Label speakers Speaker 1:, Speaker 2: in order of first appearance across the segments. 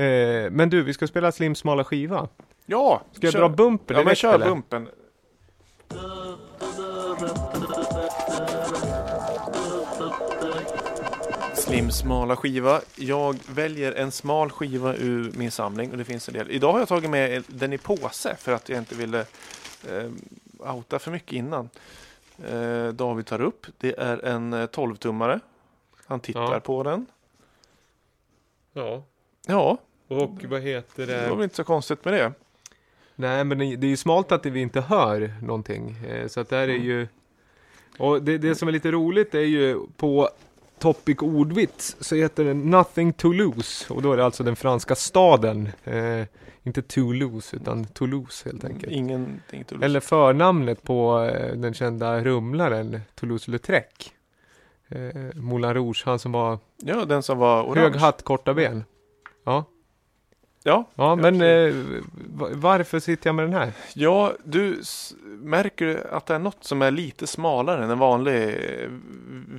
Speaker 1: Eh, men du, vi ska spela Slims smala skiva.
Speaker 2: Ja,
Speaker 1: Ska jag dra bumpen
Speaker 2: Ja, men
Speaker 1: direkt,
Speaker 2: kör
Speaker 1: eller?
Speaker 2: bumpen. Slim smala skiva. Jag väljer en smal skiva ur min samling och det finns en del. Idag har jag tagit med den i påse för att jag inte ville eh, outa för mycket innan. Eh, David tar upp. Det är en eh, 12-tummare. Han tittar
Speaker 1: Ja.
Speaker 2: på den.
Speaker 1: Ja,
Speaker 2: Ja,
Speaker 1: och vad heter
Speaker 2: det var väl inte så konstigt med det.
Speaker 1: Nej, men det det är ju smalt att vi inte hör någonting. Eh, Så att där är ju... Och det, det som är lite roligt är ju på Topic ordvits så heter det Nothing Toulouse och då är det alltså den franska staden. Eh, inte Toulouse utan Toulouse helt enkelt.
Speaker 2: Ingenting till
Speaker 1: Eller förnamnet på eh, den kända rumlaren Toulouse-Lautrec. Eh, Moulin Rouge, han som var
Speaker 2: Ja, den som var orange.
Speaker 1: hög hatt, korta ben. Ja,
Speaker 2: Ja,
Speaker 1: Mm. ja men eh,
Speaker 2: precis.
Speaker 1: va- varför sitter jag med den här?
Speaker 2: ja, du s- märker du att det är något som är lite smalare än en vanlig eh,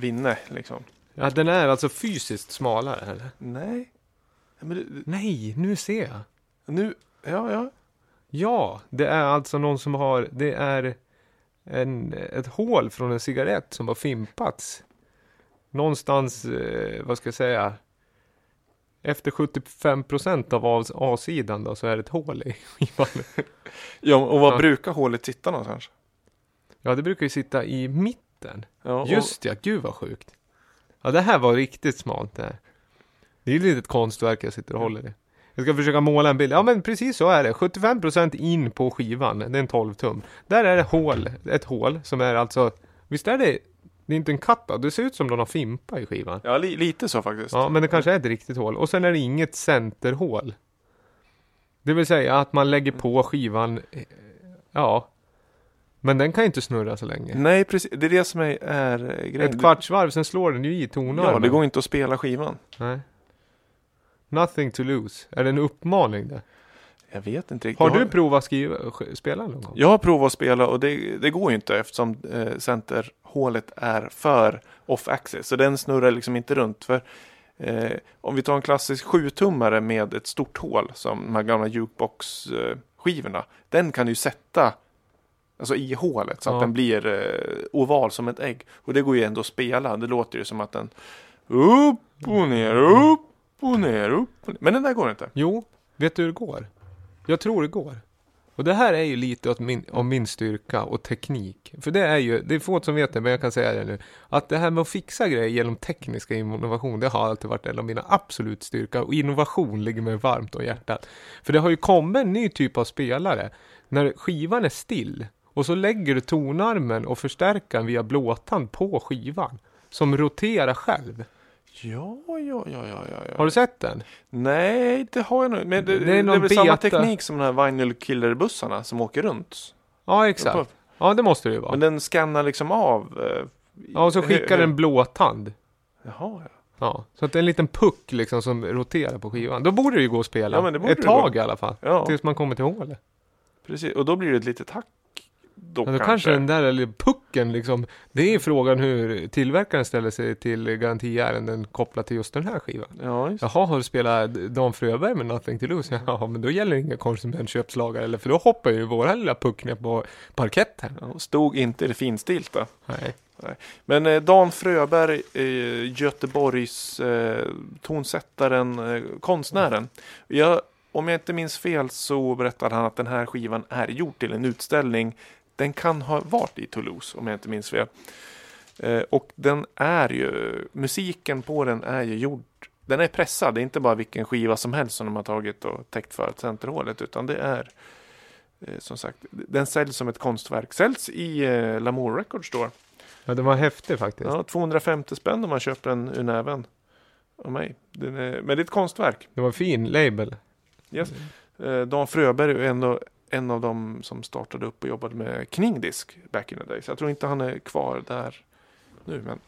Speaker 2: vinne liksom.
Speaker 1: Ja, den är alltså fysiskt smalare eller?
Speaker 2: Nej. Ja, Men du,
Speaker 1: Nej, nu ser jag.
Speaker 2: nu, ja, ja.
Speaker 1: Ja, det är alltså någon som har, det är en, ett hål från en cigarett som har fimpats. Någonstans, eh, vad ska jag säga, efter 75% av A- A-sidan då så är det ett hål i skivan.
Speaker 2: Ja, och var
Speaker 1: Ja.
Speaker 2: brukar hålet sitta någonstans?
Speaker 1: Ja, det brukar ju sitta i mitten.
Speaker 2: Ja, och,
Speaker 1: Just ja, gud vad sjukt. Ja, det här var riktigt smalt det här. Det är ju ett litet konstverk jag sitter och håller i. Jag ska försöka måla en bild. Ja, men precis så är det. 75% in på skivan. Det är en 12 tum. Där är det hål, ett hål som är alltså, visst är det, det är inte en katt då? Det ser ut som någon har fimpa i skivan.
Speaker 2: ja li, lite så faktiskt.
Speaker 1: Ja, men det kanske är ett riktigt hål. Och sen är det inget centerhål. Det vill säga att man lägger på skivan, eh, ja. Men den kan ju inte snurra så länge.
Speaker 2: Nej, precis. Det är det som är, är eh, grejen.
Speaker 1: Ett kvartsvarv, sen slår den ju i
Speaker 2: du,
Speaker 1: tonarmen.
Speaker 2: ja, det går inte att spela skivan.
Speaker 1: Nej. Nothing to lose. Är det en uppmaning där?
Speaker 2: Jag vet inte riktigt.
Speaker 1: Har
Speaker 2: Jag
Speaker 1: du provat skriva, sk- spela någon gång?
Speaker 2: Jag har provat att spela och det, det går ju inte eftersom eh, centerhålet är för off-axis. Så den snurrar liksom inte runt. För eh, om vi tar en klassisk 7-tummare med ett stort hål som de här gamla jukebox-skivorna. den kan du ju sätta alltså, i hålet så
Speaker 1: Ja.
Speaker 2: att den blir eh, oval som ett ägg. Och det går ju ändå att spela. Det låter ju som att den upp och ner, upp och ner, upp och ner. Men den där går inte.
Speaker 1: Jo, vet du hur det går? Jag tror det går. Och det här är ju lite åt min, om min styrka och teknik. För det är ju, det är få som vet det, men jag kan säga det nu. Att det här med att fixa grejer genom tekniska innovation, det har alltid varit en av mina absolut styrka. Och innovation ligger mig varmt om hjärtat. För det har ju kommit en ny typ av spelare. När skivan är still och så lägger du tonarmen och förstärkaren via blåtand på skivan. Som roterar själv.
Speaker 2: Ja, ja, ja, ja, ja. ja.
Speaker 1: Har du sett den?
Speaker 2: Nej, det har jag nog Men det,
Speaker 1: Det är
Speaker 2: det är,
Speaker 1: någon
Speaker 2: väl samma
Speaker 1: beta.
Speaker 2: teknik som de här vinyl killer-bussarna som åker runt.
Speaker 1: Ja, exakt. Ja, det måste det ju vara.
Speaker 2: Men den skannar liksom av... eh,
Speaker 1: Ja, och så
Speaker 2: hö-
Speaker 1: skickar
Speaker 2: hö-
Speaker 1: den blåtand.
Speaker 2: Jaha, ja.
Speaker 1: Ja, så att det är en liten puck liksom som roterar på skivan. Då borde det ju gå att spela.
Speaker 2: Ja, men det borde
Speaker 1: Ett
Speaker 2: det
Speaker 1: tag
Speaker 2: gå.
Speaker 1: i alla fall.
Speaker 2: Ja,
Speaker 1: Tills man kommer till hålet.
Speaker 2: precis. Och då blir det ett litet hack. Då
Speaker 1: Ja, då
Speaker 2: kanske.
Speaker 1: kanske. den där eller pucken liksom. Det är frågan hur tillverkaren ställer sig till garantiärenden kopplat till just den här skivan.
Speaker 2: Ja, just.
Speaker 1: Jaha, har du spelat Dan Fröberg med Nothing to lose? Ja, men då gäller inga konsumentköpslagar eller för då hoppar ju våra lilla puck ner på parketten.
Speaker 2: Ja, stod inte det finstilta.
Speaker 1: Nej.
Speaker 2: Men eh, Dan Fröberg, eh, Göteborgs eh, tonsättaren, eh, konstnären. Jag, om jag inte minns fel så berättade han att den här skivan är gjord till en utställning. Den kan ha varit i Toulouse om jag inte minns fel. Eh, och den är ju, musiken på den är ju gjord, den är pressad. Det är inte bara vilken skiva som helst som de har tagit och täckt för centerhålet utan det är eh, som sagt, den säljs som ett konstverk. Säljs i eh, Lamour Records Store.
Speaker 1: Ja, den var häftig faktiskt.
Speaker 2: Ja, 250 spänn om man köper den ur näven. Av mig. Den är, men det är ett konstverk.
Speaker 1: Det var en fin label.
Speaker 2: Yes. Eh, Dan Fröberg är ändå en av dem som startade upp och jobbade med Kningdisk back in the days. Jag tror inte han är kvar där nu. Men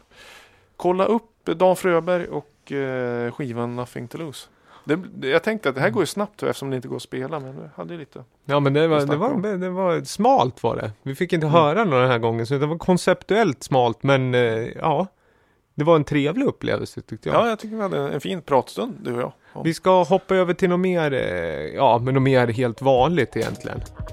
Speaker 2: kolla upp Dan Fröberg och eh, skivan Nothing to Lose. Det, det- jag tänkte att det här går ju snabbt eftersom det inte går att spela. Men jag hade ju lite.
Speaker 1: Ja men det var,
Speaker 2: att
Speaker 1: det
Speaker 2: snacka
Speaker 1: var, det var smalt var det. Vi fick inte höra någon den här gången så det var konceptuellt smalt men eh, ja. Det var en trevlig upplevelse tyckte jag.
Speaker 2: Ja, jag tycker vi hade en, en fin pratstund, du och jag.
Speaker 1: Vi ska hoppa över till något mer, eh, ja, men något mer helt vanligt egentligen.